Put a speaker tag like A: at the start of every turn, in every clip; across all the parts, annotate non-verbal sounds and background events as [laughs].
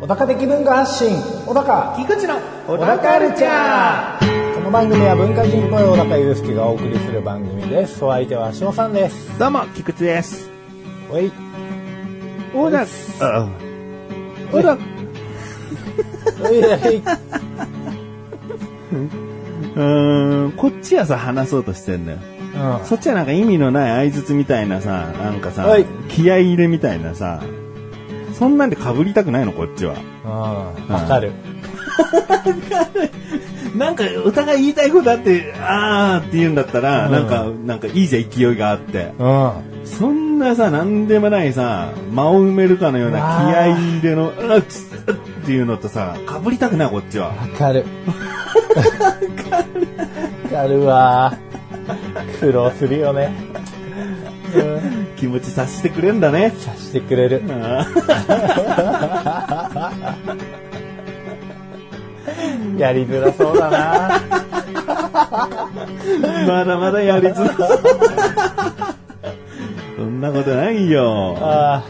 A: 小高的文化発信小高
B: 菊池の
A: 小高ルチャーこの番組は文化人っぽい小高祐介がお送りする番組ですお相手は橋尾さんです
B: どうも菊池です
A: おい
B: おだあ
A: [laughs]
B: おだ
A: おいおい
B: [laughs] うーんこっちはさ話そうとしてんだよ
A: うん
B: そっちはなんか意味のない相槌みたいなさなんかさ、
A: はい
B: 気合い入れみたいなさそんなんで被りたくないのこっちは
A: うんわかる
B: なんかお互い言いたいことあってあーって言うんだったら、なんかなんかいいじゃん勢いがあって
A: うん
B: そんなさ、なんでもないさ、間を埋めるかのような気合い入れの、うっつっっていうのとさ、かぶりたくない、こっちは。
A: わかるわかるわ苦労するよね、うん、
B: 気持ち察してくれんだね。 [laughs]
A: 察してくれる
B: あー
A: やりづらそうだな
B: まだまだやりづらい。 [laughs] そんなことないよ。
A: あ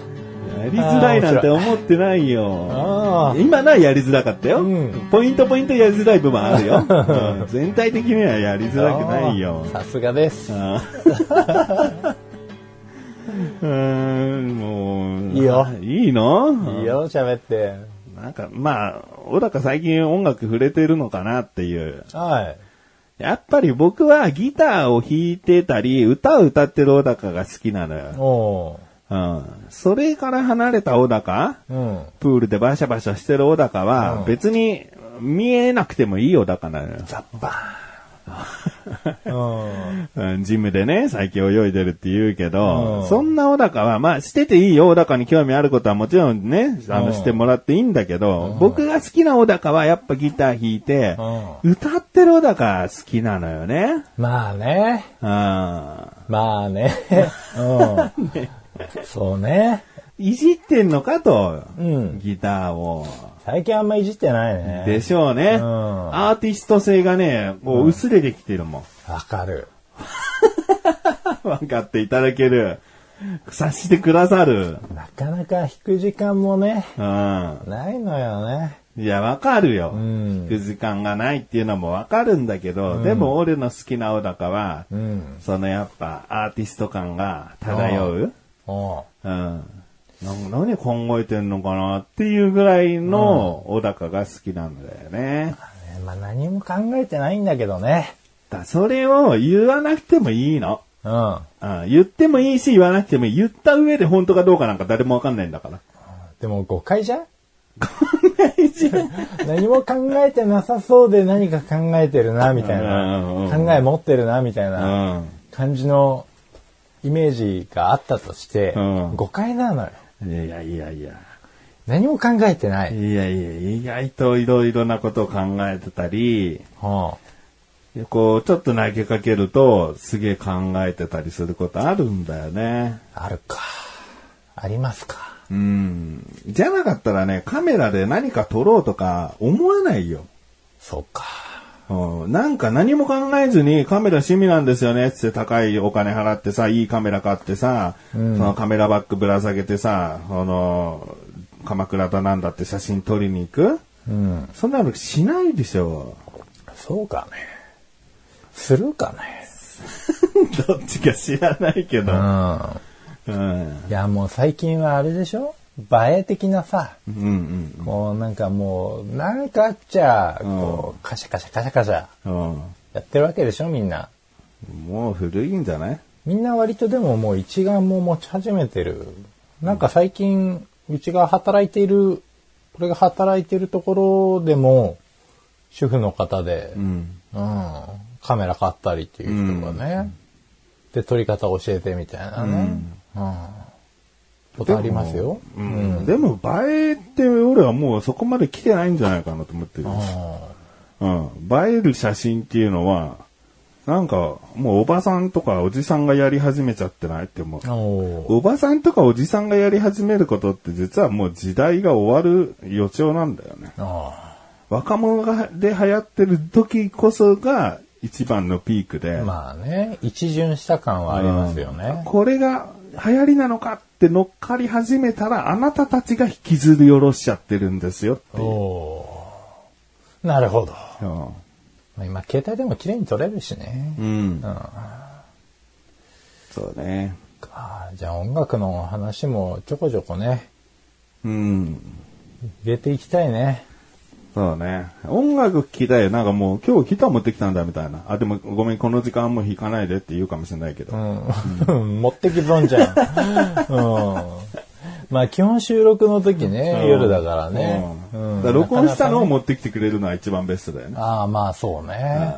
B: やりづらいなんて思ってないよ。
A: あ
B: 今のはやりづらかったよ。
A: うん
B: ポイントポイントやりづらい部分あるよ。 [laughs] うん全体的にはやりづらくないよ。
A: さすがです
B: あーうーん、もう。
A: いいよ
B: いいの
A: いい。よ喋って
B: なんか、まあ、小高最近音楽触れてるのかなっていう。
A: はい
B: やっぱり僕はギターを弾いてたり、歌を歌ってる小高が好きなのよ。
A: お
B: うん。それから離れた小高
A: ううん
B: プールでバシャバシャしてる小高
A: う
B: は
A: ん、
B: 別に見えなくてもいい小高なのよ。
A: ザッバーンうん
B: うんジムでね、最近泳いでるって言うけど、
A: うん
B: そんな小高は、まあ、してていいよ、小高に興味あることはもちろんね、あ
A: う
B: の、
A: ん
B: してもらっていいんだけど、僕が好きな小高はやっぱギター弾いて、歌ってる小高好きなのよね。
A: まあね
B: あ
A: まあねうんそうね
B: いじってんのかと、
A: うん
B: ギターを。
A: 最近あんまいじってないね
B: でしょうね。
A: うん
B: アーティスト性がね、こう薄れてきてるもん。 [laughs]
A: わかる
B: 分かっていただける。察してくださる。
A: なかなか弾く時間もね
B: うん。
A: ないのよね
B: いや、わかるよ。
A: ん
B: 聞く時間がないっていうのもわかるんだけど、でも俺の好きな小高は、
A: うん
B: そのやっぱアーティスト感が漂う。
A: おう
B: うん。なんか何考えてんのかなっていうぐらいの小高が好きなんだよね。
A: ねまあ何も考えてないんだけどね
B: だそれを言わなくてもいいの。
A: うん
B: うん、言ってもいいし言わなくてもいい。言った上で本当かどうかなんか誰もわかんないんだから。
A: でも誤解じゃん
B: 大事
A: [laughs] 何も考えてなさそうで何か考えてるな、みたいな
B: うんうん。うん。
A: 考え持ってるな、みたいうなん感じのイメージがあったとして
B: うん、
A: 誤解なのよ。
B: いやいやいやいや。
A: 何も考えてない。
B: いやいや、意外といろいろなことを考えてたり、
A: は
B: こう、ちょっと投げかけると、すげえ考えてたりすることあるんだよね。
A: ああるか。ありますか。
B: うん。じゃなかったらね、カメラで何か撮ろうとか思わないよ。
A: そうか。
B: うん、なんか何も考えずにカメラ趣味なんですよねっつって高いお金払ってさ、いいカメラ買ってさ、そのカメラバッグぶら下げてさ、その、鎌倉だなんだって写真撮りに行く
A: うん。
B: そんなのしないでしょ。 [laughs]
A: そうかね。するかね。
B: どっちか知らないけど。
A: うん。
B: うん。
A: いや、もう最近はあれでしょ映え的なさ、
B: うんうん
A: こうなんかもう、なんかあっちゃ、こう、カシャカシャカシャカシャ
B: うん。
A: やってるわけでしょ、みんな。
B: もう古いんじゃない
A: みんな割とでももう一眼も持ち始めてる。なんか最近、うちが働いている、俺が働いているところでも、主婦の方で、うん、
B: ん。
A: カメラ買ったりっていう人がね、で、撮り方教えてみたいなね、うん、ことありますよ。
B: うん。でも映えって俺はもうそこまで来てないんじゃないかなと思ってる。うん。映える写真っていうのは、なんかもうおばさんとかおじさんがやり始めちゃってないって思う。
A: おー
B: おばさんとかおじさんがやり始めることって実はもう時代が終わる予兆なんだよね。
A: あ
B: 若者がで流行ってる時こそが一番のピークで、
A: まあね、一巡した感はありますよね。
B: これが流行りなのかって乗っかり始めたら、あなたたちが引きずり下ろしちゃってるんですよっていう。
A: おーなるほど。
B: うん
A: まあ今、携帯でも綺麗に撮れるしね。
B: うん。そうね。
A: あーじゃあ音楽の話もちょこちょこね、
B: うん。
A: 入れていきたいね。
B: そうね。音楽聴きたい。なんかもう今日ギター持ってきたんだみたいな。あ、でもごめん、この時間もう弾かないでって言うかもしれないけど。
A: うん、 [laughs] 持ってき損じゃん。うん。まあ基本収録の時ね、夜だからね。
B: うん
A: うん
B: だから録音したのを持ってきてくれるのは一番ベストだよね。
A: ああ、まあそうね。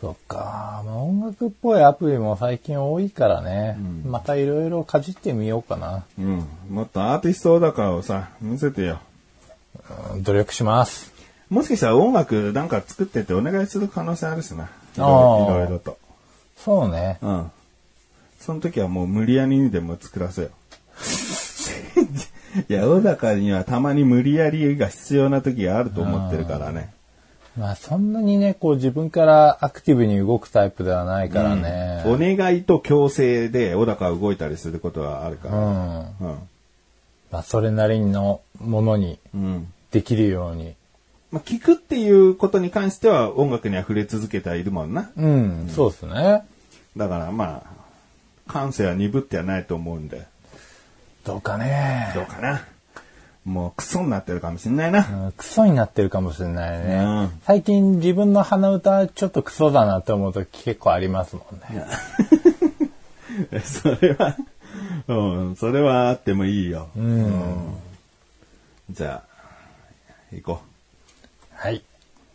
A: そっか。まあ音楽っぽいアプリも最近多いからね。またいろいろかじってみようかな。
B: うん。もっとアーティストだからをさ、見せてよ。
A: うん努力します。
B: もしかしたら音楽なんか作ってってお願いする可能性あるしな。い
A: あー
B: ろいろいろいろと。
A: そうね。
B: うん。その時はもう無理やりにでも作ら
A: [laughs]
B: せよ。いや、小高にはたまに無理やりが必要な時があると思ってるからね。
A: まあそんなにね、こう自分からアクティブに動くタイプではないからね。
B: お願いと強制で小高は動いたりすることはあるか
A: う
B: ら。
A: ん。
B: うん。
A: まあそれなりのものに
B: うん。
A: できるように。
B: まあ、聞くっていうことに関しては音楽には触れ続けてはいるもんな。
A: うん、そうですね。
B: だからまあ、感性は鈍ってはないと思うんで、
A: どうかね。
B: どうかな。もうクソになってるかもしんないな。
A: うんクソになってるかもしれないね。
B: うん
A: 最近自分の鼻歌ちょっとクソだなって思うとき結構ありますもんね。
B: [laughs] それは、うん、それはあってもいいよ。うんじゃあ、行こ
A: はい。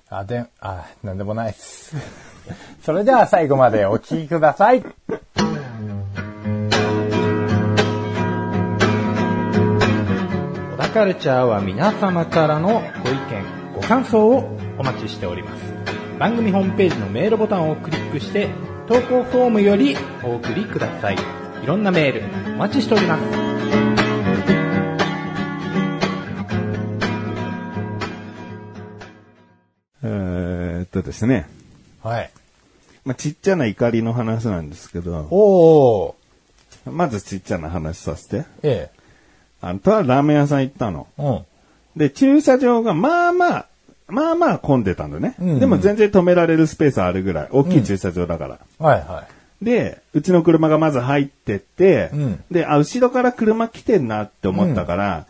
A: あ、で、あ、なんでもないです。 [laughs] それでは最後までお聴きください。小田カルチャーは皆様からのご意見、ご感想をお待ちしております。番組ホームページのメールボタンをクリックして、投稿フォームよりお送りください。いろんなメール、お待ちしております。
B: う。えーっとですね、
A: はい。
B: まあ、ちっちゃな怒りの話なんですけど、
A: おー、
B: まずちっちゃな話させて。
A: え
B: あの、とはラーメン屋さん行ったの。
A: え、うん。
B: で、駐車場がまあまあ、まあまあ混んでたんだね。
A: うん
B: でも全然止められるスペースあるぐらい。大きい駐車場だから。
A: はいは
B: で、うちの車がまず入ってって、
A: うん
B: で、あ、後ろから車来てんなって思ったから、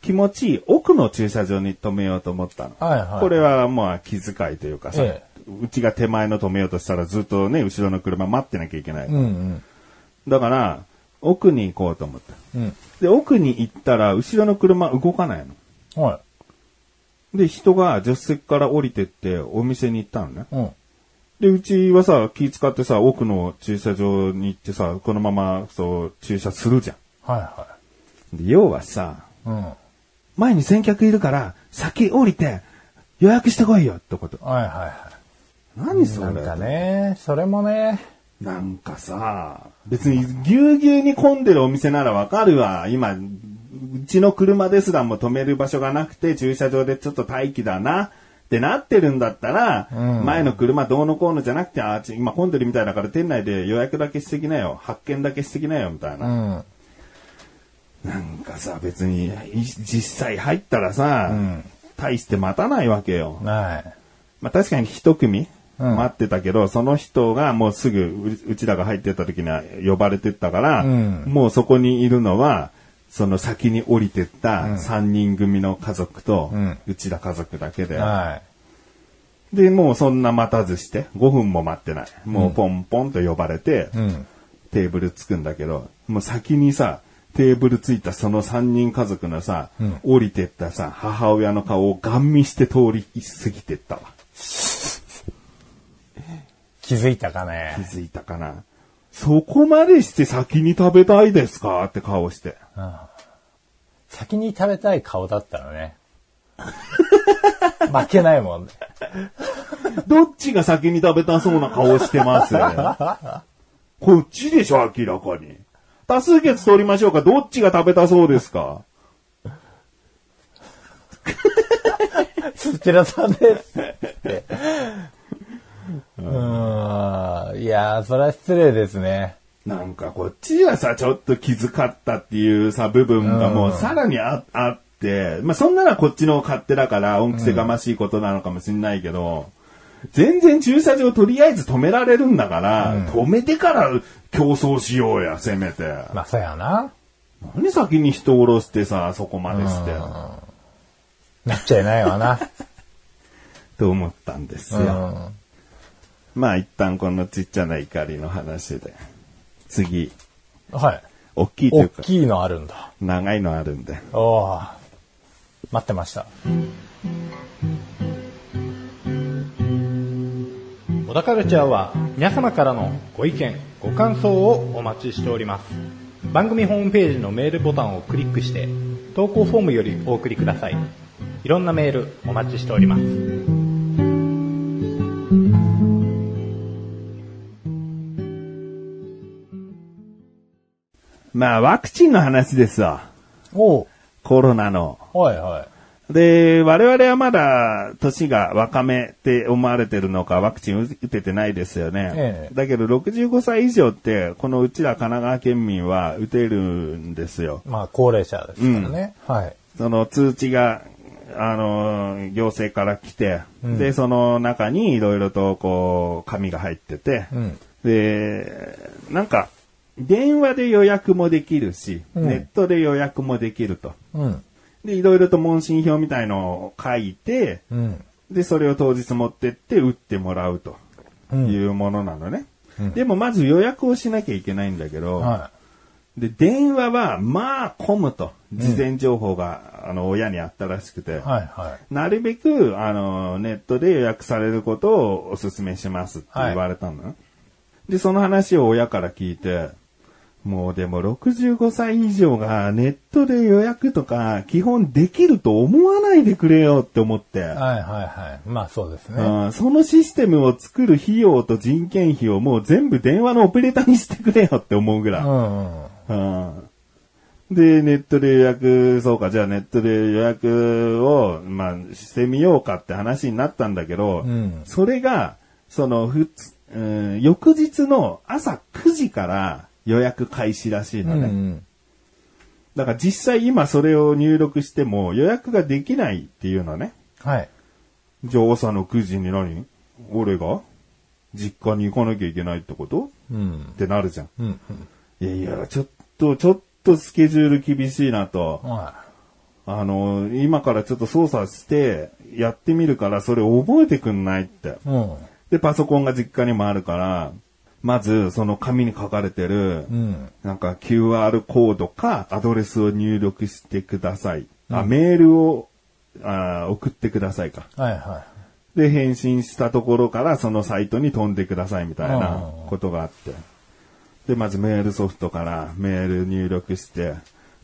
B: 気持ちいい奥の駐車場に止めようと思ったの。
A: はいはい
B: これはまあ気遣いというかさ、
A: え
B: うちが手前の止めようとしたらずっとね、後ろの車待ってなきゃいけない。
A: うんうん。
B: だから、奥に行こうと思った。
A: うん。
B: で、奥に行ったら、後ろの車動かないの。
A: は
B: で、人が助手席から降りてって、お店に行ったのね。
A: い。うん。
B: で、うちはさ、気使ってさ、奥の駐車場に行ってさ、このまま、そう、駐車するじゃ
A: はいは
B: ん。で、要はさ、
A: い。うん。はい
B: 前に先客いるから、先降りて、予約してこいよってこと。
A: はいは
B: 何
A: い。
B: そ
A: な
B: れ
A: んか。ね、それもね、
B: なんかさ、別にぎゅうぎゅうに混んでるお店ならわかるわ。今、うちの車ですらも止める場所がなくて、駐車場でちょっと待機だな。ってなってるんだったら、
A: うん
B: 前の車どうのこうのじゃなくて、あ、ち今混んでるみたいだから店内で予約だけしてきなよ。発見だけしてきなよ、みたいうな。
A: ん。
B: なんかさ、別に、い実際入ったらさ、
A: ん
B: 大して待たないわけよ。
A: はい。
B: まあ、確かに一組
A: うん
B: 待ってたけど、その人がもうすぐううちらが入ってった時には呼ばれてったから、
A: うん
B: もうそこにいるのは、その先に降りてった3人組の家族と、
A: う
B: うんちら家族だけで、
A: は
B: で、もうそんな待たずして、5分も待ってない。もうポンポンと呼ばれて、
A: い。うん。
B: テーブルつくんだけど、もう先にさ、テーブルついたその3人家族のさ、
A: ん
B: 降りてったさ、母親の顔をガン見して通り過ぎてったわ。
A: 気づいたか
B: 気
A: ね。
B: づいたかな。そこまでして先に食べたいですかって顔して。
A: 先に食べたい顔だったら
B: [laughs]
A: ね。負けないもんね。
B: どっちが先に食べたそうな顔してますこっちでしょ、明らかに。多数決取りましょうか。どっちが食べたそうですか
A: そちらさんです。って。
B: うん。
A: やー、それは失礼ですね。
B: なんかこっちはさ、ちょっと気遣ったっていうさ、部分がもうさらにああって、まあそんならこっちの勝手だから、恩着せがましいことなのかもしんないけど、全然駐車場とりあえず止められるんだから、止めてから競争しようや、せめて。
A: まあ、そうやな。
B: 何先に人を降ろしてさ、そこまでして、
A: なっちゃいないわな。
B: [laughs] と思ったんです
A: う
B: よ。
A: ん。
B: まあ一旦このちっちゃな怒りの話で、次、
A: はい。
B: 大きいとい
A: 大
B: うか、
A: きいのあるんだ。
B: 長いのあるんで。
A: おー待ってました。
C: 小田カルチャーは皆様からのご意見、ご感想をお待ちしております。番組ホームページのメールボタンをクリックして、投稿フォームよりお送りください。いろんなメールお待ちしております。
B: まあワクチンの話ですわ。
A: おう
B: コロナの。
A: はいはい。
B: で、我々はまだ年が若めって思われてるのかワクチン打ててないですよね。
A: ええ
B: だけど65歳以上って、このうちら神奈川県民は打てるんですよ。
A: まあ、高齢者ですからね。はい。
B: その通知が、あの、行政から来て、で、その中にいろいろとこう、紙が入ってて、
A: うん
B: で、なんか、電話で予約もできるし、
A: うん
B: ネットで予約もできると。
A: うん。
B: で、いろいろと問診票みたいのを書いて、
A: うん。
B: で、それを当日持ってって打ってもらうというものなのね。でもまず予約をしなきゃいけないんだけど、
A: は
B: で、電話は、まあ、混むと。事前情報が、あの、親にあったらしくて。
A: い。はいは
B: なるべく、あの、ネットで予約されることをお勧めしますって言われたのよ。で、その話を親から聞いて、もうでも65歳以上がネットで予約とか基本できると思わないでくれよって思って。
A: い。はいはいはい。まあ、そうですね。
B: うんそのシステムを作る費用と人件費をもう全部電話のオペレーターにしてくれよって思うぐらい。
A: うんうん。
B: うんで、ネットで予約、そうか、じゃあネットで予約を、まあ、してみようかって話になったんだけど、
A: ん
B: それが、その、ふつ、うん、翌日の朝9時から予約開始らしいの
A: うん
B: ね。
A: うん。
B: だから実際今それを入力しても予約ができないっていうのね。
A: はい。
B: じゃあ朝の9時に何俺が実家に行かなきゃいけないってこと
A: うん。
B: ってなるじゃん。
A: うん。
B: いやいや、ちょっと、ちょっとスケジュール厳しいなと
A: う。ん。は
B: あの、今からちょっと操作して、やってみるから、それ覚えてくんないって。
A: い。うん。
B: で、パソコンが実家にもあるから、まず、その紙に書かれて
A: う
B: る、
A: ん。
B: なんか QR コードか、アドレスを入力してください。あ、メールを、あ送ってくださいか。
A: はいは
B: で、返信したところからそのサイトに飛んでくださいみたいなことがあって。で、まずメールソフトからメール入力して、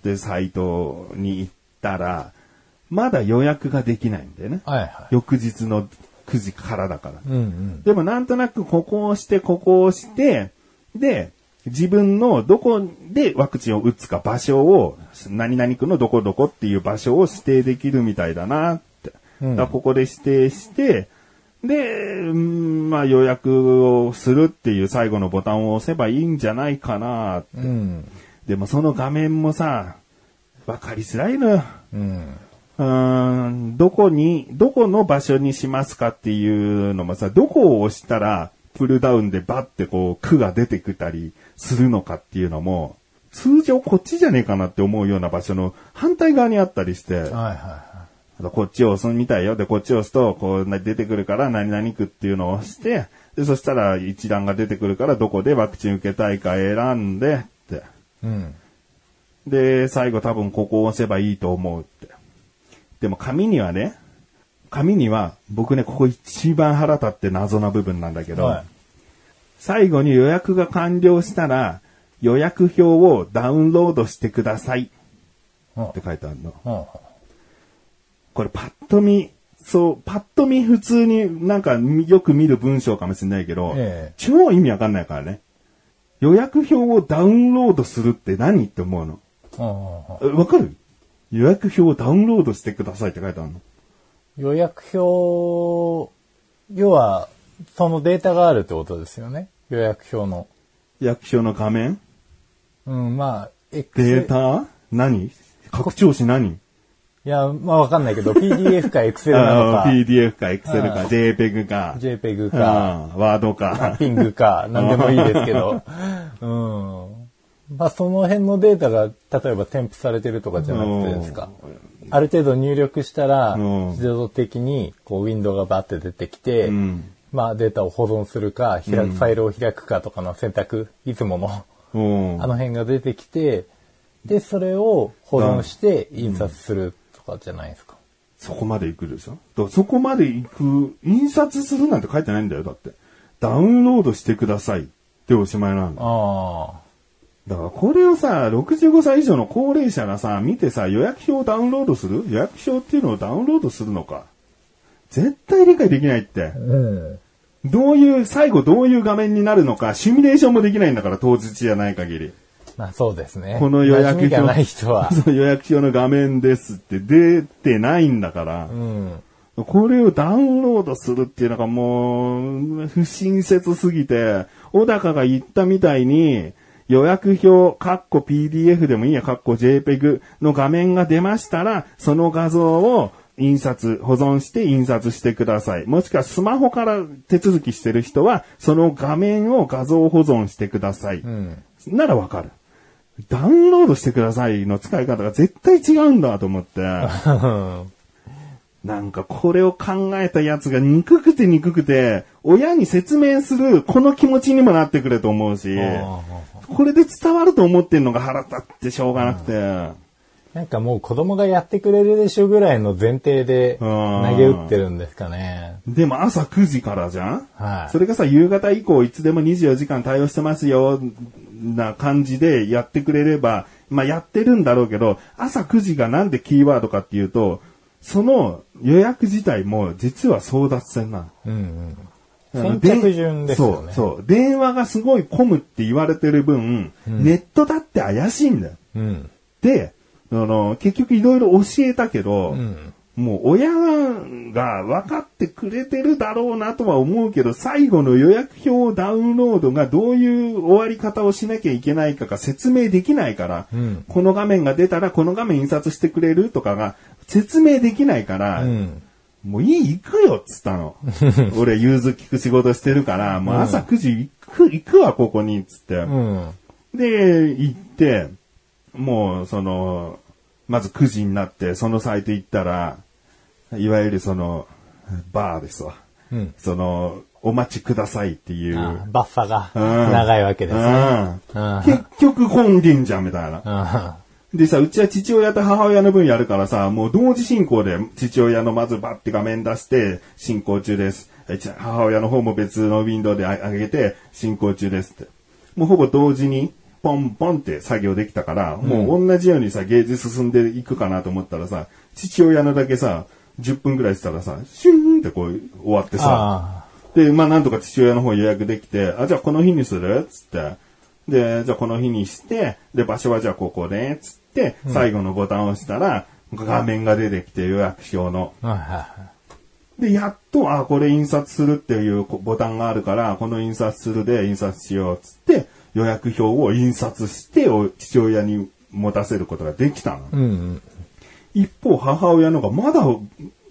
B: で、サイトに行ったら、まだ予約ができないんだよね。
A: い。はいは
B: 翌日の9時からだから。
A: い。うんうん。
B: でもなんとなくここを押して、ここを押して、で、自分のどこでワクチンを打つか場所を、何々区のどこどこっていう場所を指定できるみたいだなって。だからここで指定して、で、うんまあ予約をするっていう最後のボタンを押せばいいんじゃないかなって。
A: うん。
B: でもその画面もさ、わかりづらいのよ。
A: うん。
B: うーんどこに、どこの場所にしますかっていうのもさ、どこを押したら、プルダウンでバッてこう、区が出てくたりするのかっていうのも、通常こっちじゃねえかなって思うような場所の反対側にあったりして、
A: はいはいは
B: あとこっちを押すみたいよ。で、こっちを押すと、こう、な出てくるから、何々区っていうのを押して、で、そしたら一覧が出てくるから、どこでワクチン受けたいか選んで、って。
A: い。うん。
B: で、最後多分ここを押せばいいと思うって。でも紙にはね、紙には、僕ね、ここ一番腹立って謎な部分なんだけど、
A: はい
B: 最後に予約が完了したら、予約表をダウンロードしてくださいって書いてあるの。
A: うん。うん
B: これパッと見、そう、パッと見普通になんかよく見る文章かもしれないけど、
A: ええ
B: 超意味わかんないからね。予約表をダウンロードするって何って思うの。
A: うんうん。
B: えわかる予約表をダウンロードしてくださいって書いてあるの。
A: 予約表、要は、そのデータがあるってことですよね。予約表の。
B: 役所の画面
A: うん、まあ、X。
B: データ何拡張子何
A: いや、まあわかんないけど、PDF か Excel
B: あ
A: な
B: ー
A: の
B: ?PDF か Excel か JPEG か
A: か、、JPEG か、
B: ワードか。
A: ピング [laughs] か、なんでもいいですけ [laughs] ど。うん。まあその辺のデータが、例えば添付されてるとかじゃなくてですか。ある程度入力したら
B: うん、
A: 自動的に、こう、ウィンドウがバッて出てきて、
B: うん
A: まあデータを保存するか、開く、ファイルを開くかとかの選択、いつもの、
B: うん
A: あの辺が出てきて、で、それを保存して印刷するとかじゃないですか。
B: そこまで行くでしょだからそこまで行く、印刷するなんて書いてないんだよ、だって。ダウンロードしてくださいっておしまいなんだ。
A: あ
B: だからこれをさ、65歳以上の高齢者がさ、見てさ、予約表をダウンロードする予約表っていうのをダウンロードするのか。絶対理解できないって。
A: あ。うん。
B: どういう、最後どういう画面になるのか、シミュレーションもできないんだから、当日じゃない限り。
A: まあそうですね。
B: この予約
A: 馴染み
B: 表。
A: がない人 [laughs] は。
B: そう予約表の画面ですって出てないんだか
A: う
B: ら、
A: ん。
B: これをダウンロードするっていうのがもう、不親切すぎて、小高が言ったみたいに、予約表、カッコ PDF でもいいや、カッコ JPEG の画面が出ましたら、その画像を印刷、保存して印刷してください。もしくはスマホから手続きしてる人は、その画面を画像保存してください。
A: うん。
B: ならわかる。ダウンロードしてくださいの使い方が絶対違うんだと思って。なんかこれを考えたやつが憎くて憎くて、親に説明するこの気持ちにもなってくれと思うし、これで伝わると思ってんのが腹立ってしょうがなくて。
A: なんかもう子供がやってくれるでしょぐらいの前提で
B: うん
A: 投げ打ってるんですかね。
B: でも朝9時からじゃん
A: はい
B: それがさ、夕方以降いつでも24時間対応してますよ、な感じでやってくれれば、まあやってるんだろうけど、朝9時がなんでキーワードかっていうと、その予約自体も実は争奪戦なの。
A: うんう
B: あ
A: ん。
B: の
A: 先着順ですよね。
B: そう、そう。電話がすごい混むって言われてる分、ネットだって怪しいんだよ。
A: う。うん。
B: で、あの、結局いろいろ教えたけど、
A: うん。
B: もう親が分かってくれてるだろうなとは思うけど、最後の予約表をダウンロードがどういう終わり方をしなきゃいけないかが説明できないから、
A: うん
B: この画面が出たらこの画面印刷してくれるとかが説明できないから、
A: うん。
B: もういい、行くよっつっ
A: [laughs]
B: たの。俺、融通聞く仕事してるから、もう朝9時行く、行くわ、ここに、っつって。
A: うん。
B: で、行って、もう、その、まず9時になって、そのサイト行ったら、いわゆるその、バーですわ。
A: うん。
B: その、お待ちくださいっていう。
A: あバッファが
B: うん
A: 長いわけですね。うん
B: うん結局本人じゃん、みたいな。
A: うん。
B: でさ、うちは父親と母親の分やるからさ、もう同時進行で父親のまずバッて画面出して、進行中です。えち母親の方も別のウィンドウであ上げて、進行中ですって。もうほぼ同時に、ポンポンって作業できたから、もう同じようにさ、ゲージ進んでいくかなと思ったらさ、父親のだけさ、10分くらいしたらさ、シューンってこう終わってさ、
A: あ
B: で、まあなんとか父親の方予約できて、あ、じゃあこの日にするっつって。で、じゃあこの日にして、で、場所はじゃあここで、つって、最後のボタンを押したら、画面が出てきて予約表の。
A: あ。はいは
B: で、やっと、あ、これ印刷するっていうこボタンがあるから、この印刷するで印刷しようっつって、予約表を印刷して、お父親に持たせることができたの。
A: いうん
B: 一方、母親のがまだ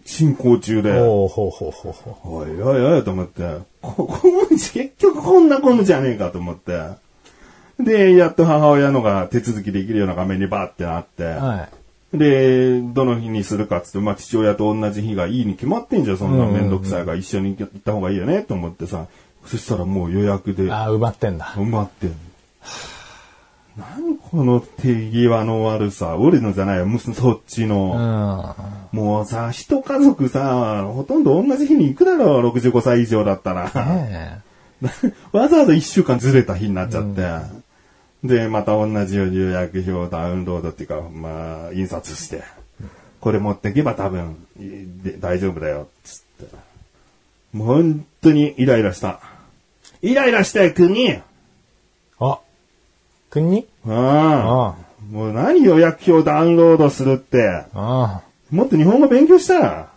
B: 進行中
A: う
B: で。
A: ん。おーほうほうほうほう。
B: おいおいおいと思って、こ、こむじ、結局こんなこむじゃねえかと思って。で、やっと母親のが手続きできるような画面にバーってなって、
A: は
B: で、どの日にするかっつって、まあ父親と同じ日がいいに決まってんじゃん、そんなめんどくさいから一緒に行った方がいいよねと思ってさ、そしたらもう予約で
A: い。ああ、埋まってんだ。
B: 埋まってんの [sighs] 何この手際の悪さ。俺のじゃないよ、むすそっちの。
A: うん。
B: もうさ、一家族さ、ほとんど同じ日に行くだろう、65歳以上だったら。
A: ね
B: わざわざ1週間ずれた日になっちゃって。で、また同じように予約表をダウンロードっていうか、まあ、印刷して。これ持ってけば多分、いで大丈夫だよ、つって。もう本当にイライラした。イライラしたよ、国
A: え。あ、国に
B: うん。
A: あ
B: もう何予約表ダウンロードするって。
A: あ。あ
B: もっと日本語勉強したら、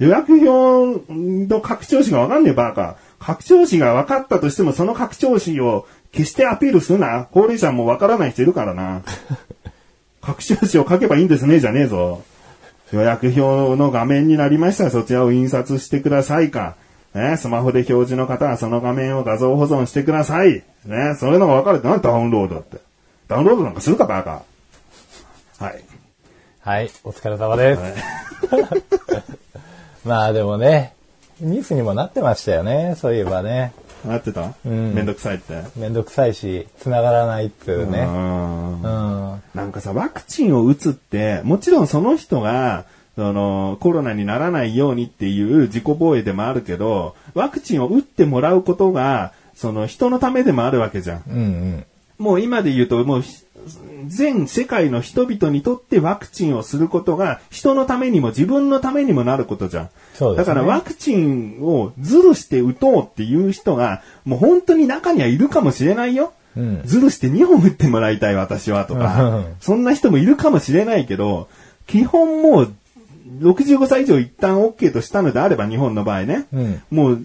B: 予約表の拡張子がわかんねえバカ。拡張子が分かったとしても、その拡張子を決してアピールするな。高齢者も分からない人いるからな。拡張子を書けばいいんですね、じゃねえぞ。予約表の画面になりましたら、そちらを印刷してくださいか。ね、スマホで表示の方はその画面を画像保存してください。ね、そういうのが分かるとなんでダウンロードだって。ダウンロードなんかするか、バカ。はい。
A: はい、お疲れ様です。 [laughs] まあでもね、ニュースにもなってましたよね、そういえばね。
B: 合ってた、
A: ん
B: めんどくさいって。
A: めんどくさいし、繋がらないっていう
B: う
A: ね。
B: ん
A: うん。
B: なんかさ、ワクチンを打つって、もちろんその人が、その、コロナにならないようにっていう自己防衛でもあるけど、ワクチンを打ってもらうことが、その人のためでもあるわけじゃん。
A: うんうん。
B: もう今で言うと、もうひ、全世界の人々にとってワクチンをすることが、人のためにも自分のためにもなることじゃん。
A: そうで
B: だ
A: すね
B: からワクチンをずるして打とうっていう人が、もう本当に中にはいるかもしれないよ。
A: うん
B: ずるして2本打ってもらいたい私はと
A: う
B: か
A: ん、
B: そんな人もいるかもしれないけど、基本もう、65歳以上一旦 OK としたのであれば、日本の場合ね。
A: うん
B: もう、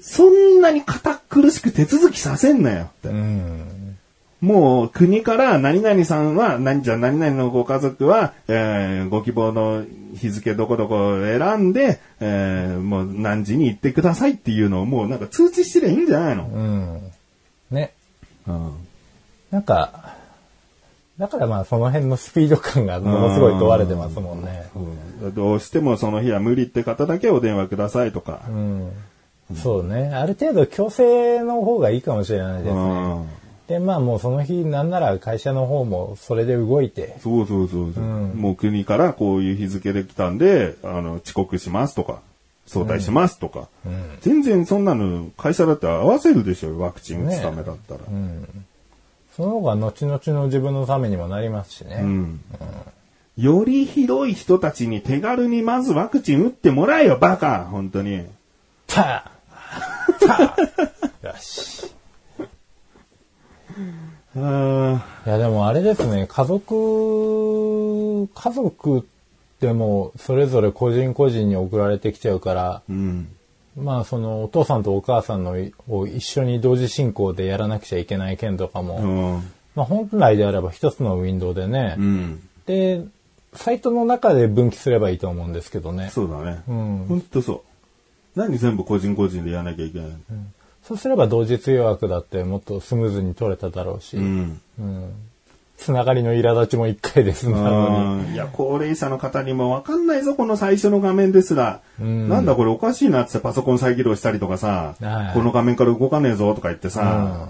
B: そんなに堅苦しく手続きさせんなよって。
A: うん。
B: もう国から何々さんは、何じゃ何々のご家族は、えーご希望の日付どこどこを選んで、えーもう何時に行ってくださいっていうのをもうなんか通知してりゃいいんじゃないの、
A: うん。ね。
B: うん、
A: なんか、だからまあその辺のスピード感がものすごい問われてますもんね。
B: どうしてもその日は無理って方だけお電話くださいとか。
A: うん。そうね。ある程度強制の方がいいかもしれないですね。
B: うん
A: で、まあもうその日なんなら会社の方もそれで動いて。
B: そうそうそうそう、
A: うん
B: もう国からこういう日付で来たんで、あの、遅刻しますとか、早退しますとか、
A: ん
B: 全然そんなの会社だって合わせるでしょ、ワクチン打つためだったら。
A: その方が後々の自分のためにもなりますしね。
B: うんより広い人たちに手軽にまずワクチン打ってもらえよ、バカ本当に。
A: たたよし。
B: あ
A: いやでもあれですね、家族、家族ってもうそれぞれ個人個人に送られてきちゃうから、
B: うん。
A: まあそのお父さんとお母さんのいを一緒に同時進行でやらなくちゃいけない件とかも、
B: うん。
A: まあ本来であれば一つのウィンドウでね、
B: うん。
A: で、サイトの中で分岐すればいいと思うんですけどね。
B: そうだね。
A: うん
B: 本当そう。何全部個人個人でやらなきゃいけないの。
A: そうすれば同日予約だってもっとスムーズに取れただろうし、
B: うん。
A: つながりの苛立ちも一回ですなのに。
B: うんいや、高齢者の方にもわかんないぞ、この最初の画面ですら。なんだこれおかしいなっつってパソコン再起動したりとかさ
A: は、い
B: この画面から動かねえぞとか言ってさ、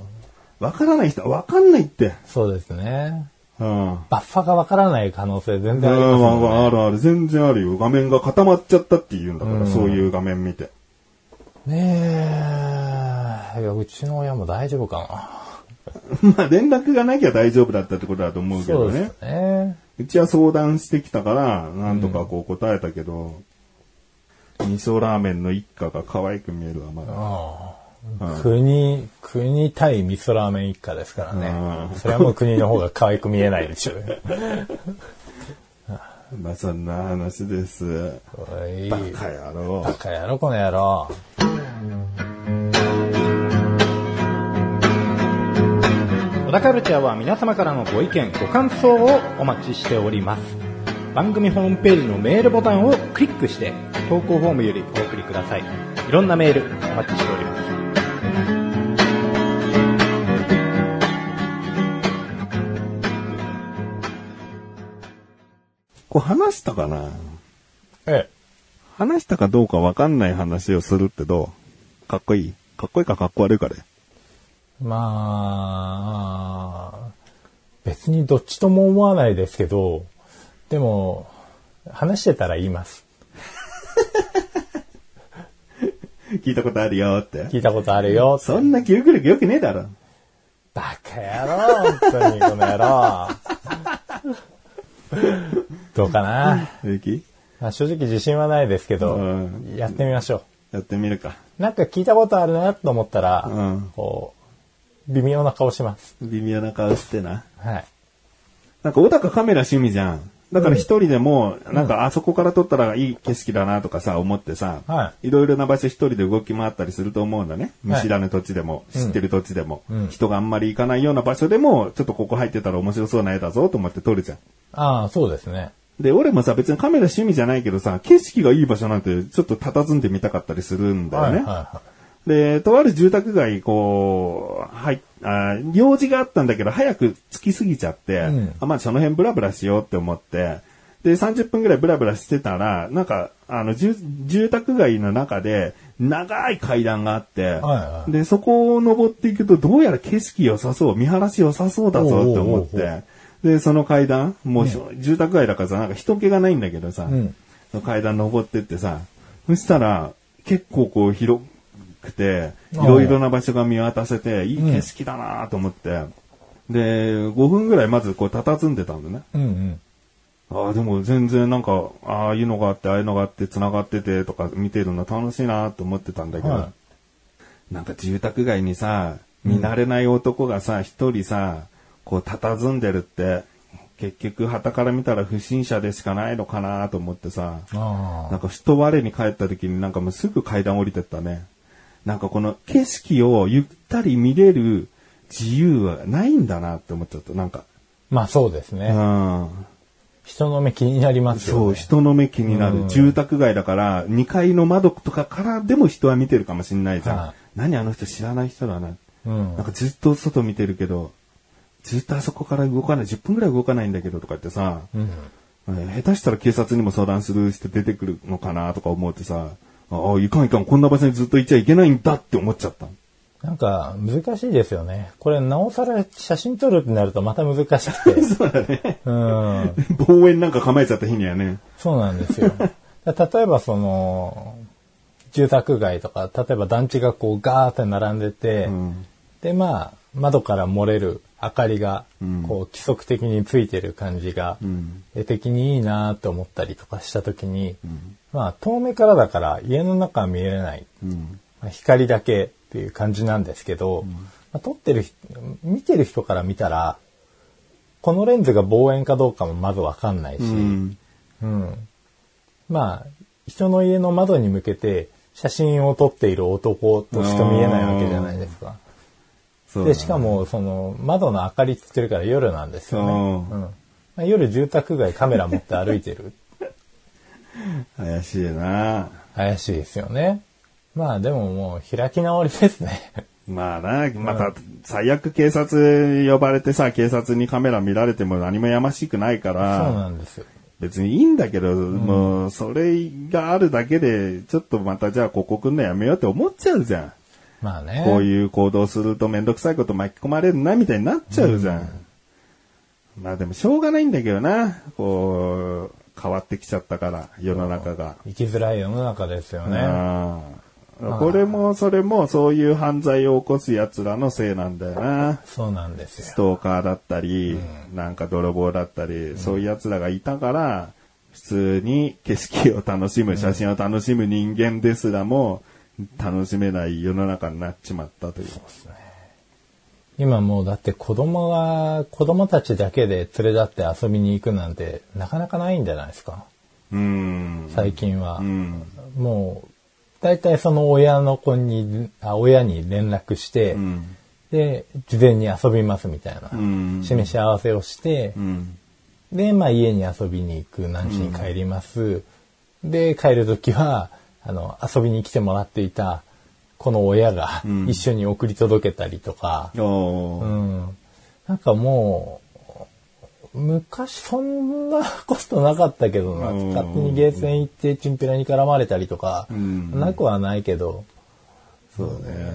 B: わからない人はわかんないって。
A: そうですね。
B: うん。
A: バッファがわからない可能性全然ありますもんね。
B: ああるある、全然あるよ。画面が固まっちゃったって言うんだから、
A: うん
B: そういう画面見て。 [laughs]
A: ねえ。いや、うちの親も大丈夫か
B: まあ、連絡がなきゃ大丈夫だったってことだと思
A: な。
B: うけ
A: そ
B: ど
A: うで
B: ね
A: す。ね。
B: うちは相談してきたから、なんとかこう答えたけど、味噌ラーメンの一家が可愛く見えるわ、まだ。
A: ああ
B: うん
A: 国、国対味噌ラーメン一家ですからね
B: う。ん
A: それはもう国の方が可愛く見えないでしょうよ。
B: まあ、そんな話です。
A: おい
B: [laughs] バカ野郎
A: バ。カやろ、この野郎。
C: 小田カルチャーは皆様からのご意見、ご感想をお待ちしております。番組ホームページのメールボタンをクリックして、投稿フォームよりお送りください。いろんなメールお待ちしております。
B: こう話したかな
A: ええ。
B: 話したかどうかわかんない話をするってどうかっこいいかっこいいかかっこ悪いかで。
A: まあ、別にどっちとも思わないですけど、でも、話してたら言います。
B: 聞いたことあるよって。
A: 聞いたことあるよ。
B: そんな記憶力良くねえだろ。
A: バカ野郎、本当に、この野郎。どうかな。
B: ゆうき
A: まあ、正直自信はないですけど、
B: うん
A: やってみましょ
B: やってみるか。
A: う。なんか聞いたことあるなと思ったら、
B: うん
A: こう、微妙な顔します。
B: 微妙な顔してな。
A: はい。
B: なんか、小高カメラ趣味じゃん。だから一人でも、なんかあそこから撮ったらいい景色だなとかさ、思ってさ、、
A: はい
B: ろいろな場所一人で動き回ったりすると思うんだね。見知らぬ土地でも、知ってる土地でも、人があんまり行かないような場所でも、ちょっとここ入ってたら面白そうな絵だぞと思って撮るじゃん。
A: ああ、そうですね。
B: で、俺もさ、別にカメラ趣味じゃないけどさ、景色がいい場所なんてちょっと佇んでみたかったりするんだよ
A: はい
B: ね。
A: はいは
B: で、とある住宅街、こう、はい、あー用事があったんだけど、早く着きすぎちゃって、
A: ん
B: あまあその辺ブラブラしようって思って、で、30分ぐらいブラブラしてたら、なんか、あの、住住宅街の中で、長い階段があって、
A: はい
B: で、そこを登っていくと、どうやら景色良さそう、見晴らし良さそうだぞって
A: お
B: 思っ
A: うおうおう
B: て、で、その階段、もう、住宅街だからさ、なんか人気がないんだけどさ、
A: ん
B: その階段登ってってさ、そしたら、結構こう広くて、い
A: ああ
B: ろいろな場所が見渡せて、いい景色だなと思って、で、5分ぐらいまずこう佇んでたんだね。
A: うんうん。
B: ああ、でも全然なんか、ああいうのがあって、ああいうのがあって、繋がっててとか見てるの楽しいなと思ってたんだけど、
A: は
B: なんか住宅街にさ、見慣れない男がさ、一人さ、こう佇んでるって、結局旗から見たら不審者でしかないのかなと思ってさ、
A: あ
B: なんかふと我に帰った時になんかもうすぐ階段降りてったね。なんかこの景色をゆったり見れる自由はないんだなって思っちゃった。なんか。
A: まあそうです
B: う
A: ね。
B: ん。
A: 人の目気になりますよね。
B: そう、人の目気になる。住宅街だから、2階の窓とかからでも人は見てるかもしんないじゃん。
A: はい
B: 何あの人知らない人だな。
A: うん
B: なんかずっと外見てるけど、ずっとあそこから動かない、10分ぐらい動かないんだけどとか言ってさ、えー下手したら警察にも相談する人出てくるのかなとか思ってさ、ああ、いかんいかん、こんな場所にずっといちゃいけないんだって思っちゃった。 [laughs]
A: なんか難しいですよね。これなおさら写真撮るってなるとまた難しくて。
B: [laughs]
A: そうだね。うん。
B: 望遠なんか構えちゃった日にはね。
A: そうなんです [laughs] よ。だ例えばその、住宅街とか、例えば団地がこうガーって並んでて、でまあ、窓から漏れる明かりが、こう規則的についてる感じが、絵的にいいなと思ったりとかした時に、まあ遠目からだから家の中は見えない、まあ光だけっていう感じなんですけど、まあ撮ってる人、見てる人から見たら、このレンズが望遠かどうかもまずわかんないし、
B: うん。
A: うん。まあ、人の家の窓に向けて写真を撮っている男としか見えないわけじゃないですか。
B: そうだ
A: で、
B: ね
A: しかも、その、窓の明かりって言ってるから夜なんですよね。
B: そう
A: うんまあ、夜住宅街カメラ持って歩いてる。 [laughs]
B: 怪しいな。
A: 怪しいですよね。まあでももう開き直りですね。
B: まあな、また、最悪警察呼ばれてさ、警察にカメラ見られても何もやましくないか
A: そう
B: ら、
A: なんですよ。
B: 別にいいんだけど、もう、それがあるだけで、ちょっとまたじゃあここ来んのやめようって思っちゃうじゃん。
A: まあね。
B: こういう行動するとめんどくさいこと巻き込まれるな、みたいになっちゃうじゃん。まあでもしょうがないんだけどな、こう、変わってきちゃったから、世の中が。
A: 生きづらい世の中ですよね。
B: ああこれもそれもそういう犯罪を起こす奴らのせいなんだよな。
A: そうなんですよ
B: ス。トーカーだったり、なんか泥棒だったり、そういう奴らがいたから、普通に景色を楽しむ、写真を楽しむ人間ですらも、楽しめない世の中になっちまったという。
A: 今もうだって子供が、子供たちだけで連れ立って遊びに行くなんてなかなかないんじゃないですか。
B: うん。
A: 最近は。
B: うん。
A: もう、大体その親の子に、あ親に連絡して、
B: うん。
A: で、事前に遊びますみたいな、
B: ん
A: 示し合わせをして、
B: うん。
A: で、まあ家に遊びに行く、何時に帰ります。で、帰る時は、あの、遊びに来てもらっていた、この親が
B: ん
A: 一緒に送り届けたりとか、
B: お
A: う
B: ー
A: んなんかもう、昔そんなことなかったけどな、
B: うん
A: 勝手にゲーセン行ってチンピラに絡まれたりとか、
B: ん
A: なくはないけど、
B: そうね。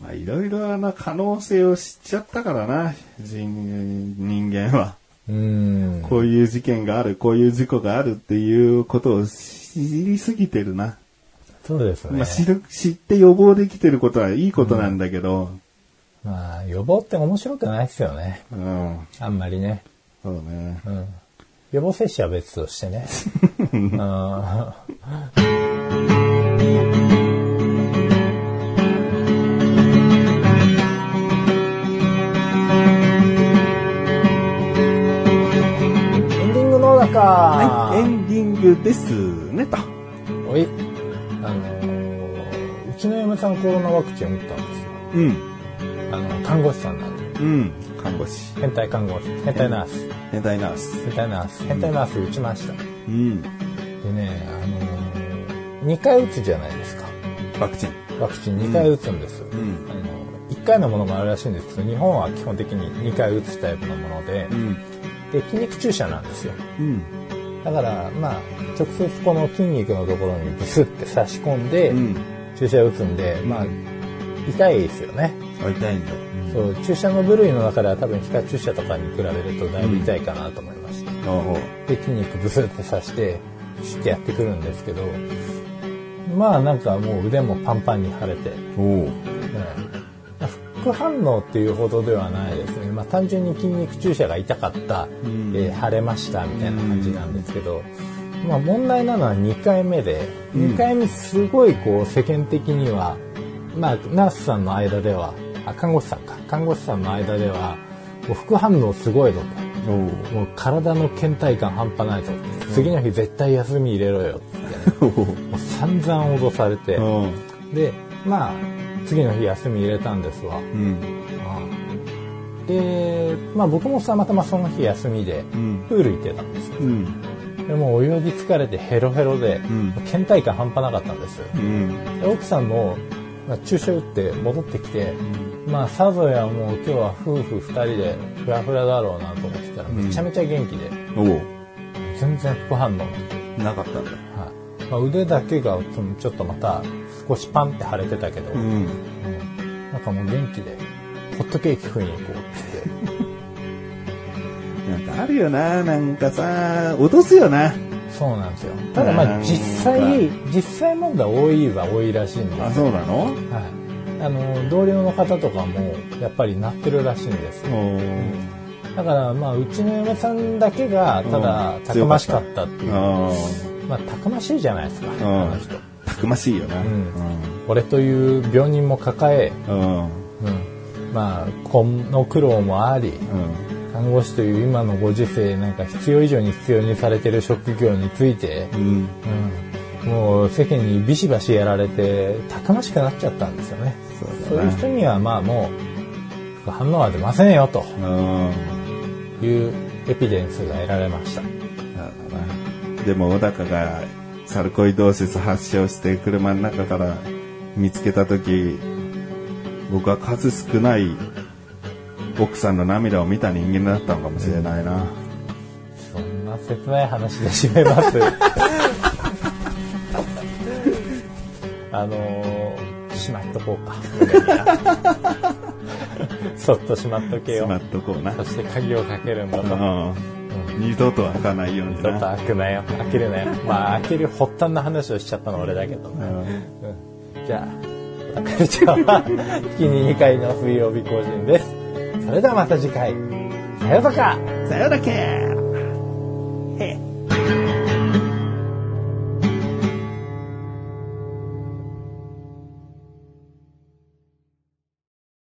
B: まあ、いろいろな可能性を知っちゃったからな、人人間は。
A: うん、
B: こういう事件がある、こういう事故があるっていうことを知りすぎてるな。
A: そうですね
B: まあ、。知る知って予防できてることはいいことなんだけど、
A: まあ、予防って面白くないですよね。
B: うん、
A: あんまりね。
B: そうね。
A: 予防接種は別として
B: [laughs]
A: ね。うんエンディングのおか。
B: はい、エンディングですね、と。
A: おい、あのーうちの嫁さんコロナワクチン打ったんですよ。
B: うん、
A: あの、看護師さんなんで。
B: うん、看護師。
A: 変態看護師、変態ナース、
B: 変態ナース。
A: 変態ナース、変態ナース打ちました。で
B: うん、
A: ね、あのー、2回打つじゃないですか。
B: ワクチン。
A: ワクチン2回打つんです。
B: ん
A: あの1回のものもあるらしいんですけど、日本は基本的に2回打つタイプのもので、
B: ん、
A: で筋肉注射なんですよ。
B: うん、
A: だから、まあ、直接この筋肉のところにブスって差し込んで、
B: うん。
A: 注射を打つんで、まあ、痛いですよね。
B: あ、痛いんだ。
A: そう、注射の部類の中では多分皮下注射とかに比べるとだいぶ痛いかなと思いました。
B: ああ、
A: で、筋肉ブスって刺して、シュッてやってくるんですけど、まあなんかもう腕もパンパンに腫れて、
B: おお。
A: はい副反応っていうほどではないですね、まあ、単純に筋肉注射が痛かった、
B: ん
A: えー腫れましたみたいな感じなんですけど、まあ、問題なのは2回目で2回目すごいこう世間的には、まあ、ナースさんの間ではあ看護師さんか看護師さんの間ではもう副反応すごいぞと
B: おお。
A: もう体の倦怠感半端ないぞ次の日絶対休み入れろよって言ってねもう散々脅されて
B: うん。
A: でまあ次の日休み入れたんですわ。
B: うん。
A: で、まあ僕もたまたまその日休みで、
B: ん
A: プール行ってたんですよ。
B: うん。
A: でもう泳ぎ疲れてヘロヘロで、
B: ん
A: 倦怠感半端なかったんですよ。
B: うん。
A: で奥さんも、まあ、注射打って戻ってきて、まあさぞやもう今日は夫婦二人でフラフラだろうなと思ってたらめちゃめちゃ元気で、
B: おお。
A: 全然副反応なくて
B: なかったんだ。
A: はいまあ、腕だけがそのちょっとまた少しパンって腫れてたけど、
B: ん。
A: うんなんかもう元気で、ホットケーキ食いに行こうって言って。
B: なんかあるよな、なんかさ、脅すよな。
A: そうなんですよ。ただま
B: う
A: あ
B: ん
A: 実際、実際問題多いは多いらしいんですよ。
B: あ、そうなの
A: はい。あの、同僚の方とかも、やっぱりなってるらしいんですよ。
B: お
A: だからまあ、うちの嫁さんだけが、ただ
B: うん、
A: たくましかったっていう。
B: あ
A: まあ、たくましいじゃないですか、
B: ん
A: あの人。
B: たくましいよな。
A: うん俺という病人も抱え、
B: うん。
A: うんまあ、この苦労もあり、
B: うん。
A: 看護師という今のご時世なんか必要以上に必要にされてる職業について、
B: うん。
A: うんもう世間にビシバシやられてたくましくなっちゃったんですよね
B: そう
A: そう
B: だ
A: いう
B: な
A: 人にはまあもう副反応は出ませんよと
B: うん。
A: いうエピデンスが得られました
B: なんだなでも、小高がサルコイドーシス発症して車の中から見つけたとき、僕は数少ない奥さんの涙を見た人間だったのかもしれないな。
A: そんな切ない話で締めます [laughs] あのーしまっとこうか胸になそっとしまっとけ
B: しま
A: よ
B: っとこうな。
A: そして鍵をかけるんだと
B: うん。二度と開かないように
A: ちょっと
B: な。
A: 開くなよ。開けるなよ。まあ、開ける発端な話をしちゃったのは俺だけど。うんじゃあ、おかえちゃんは、月に2回の水曜日更新です。それではまた次回、さようなら
B: さよならけーへっ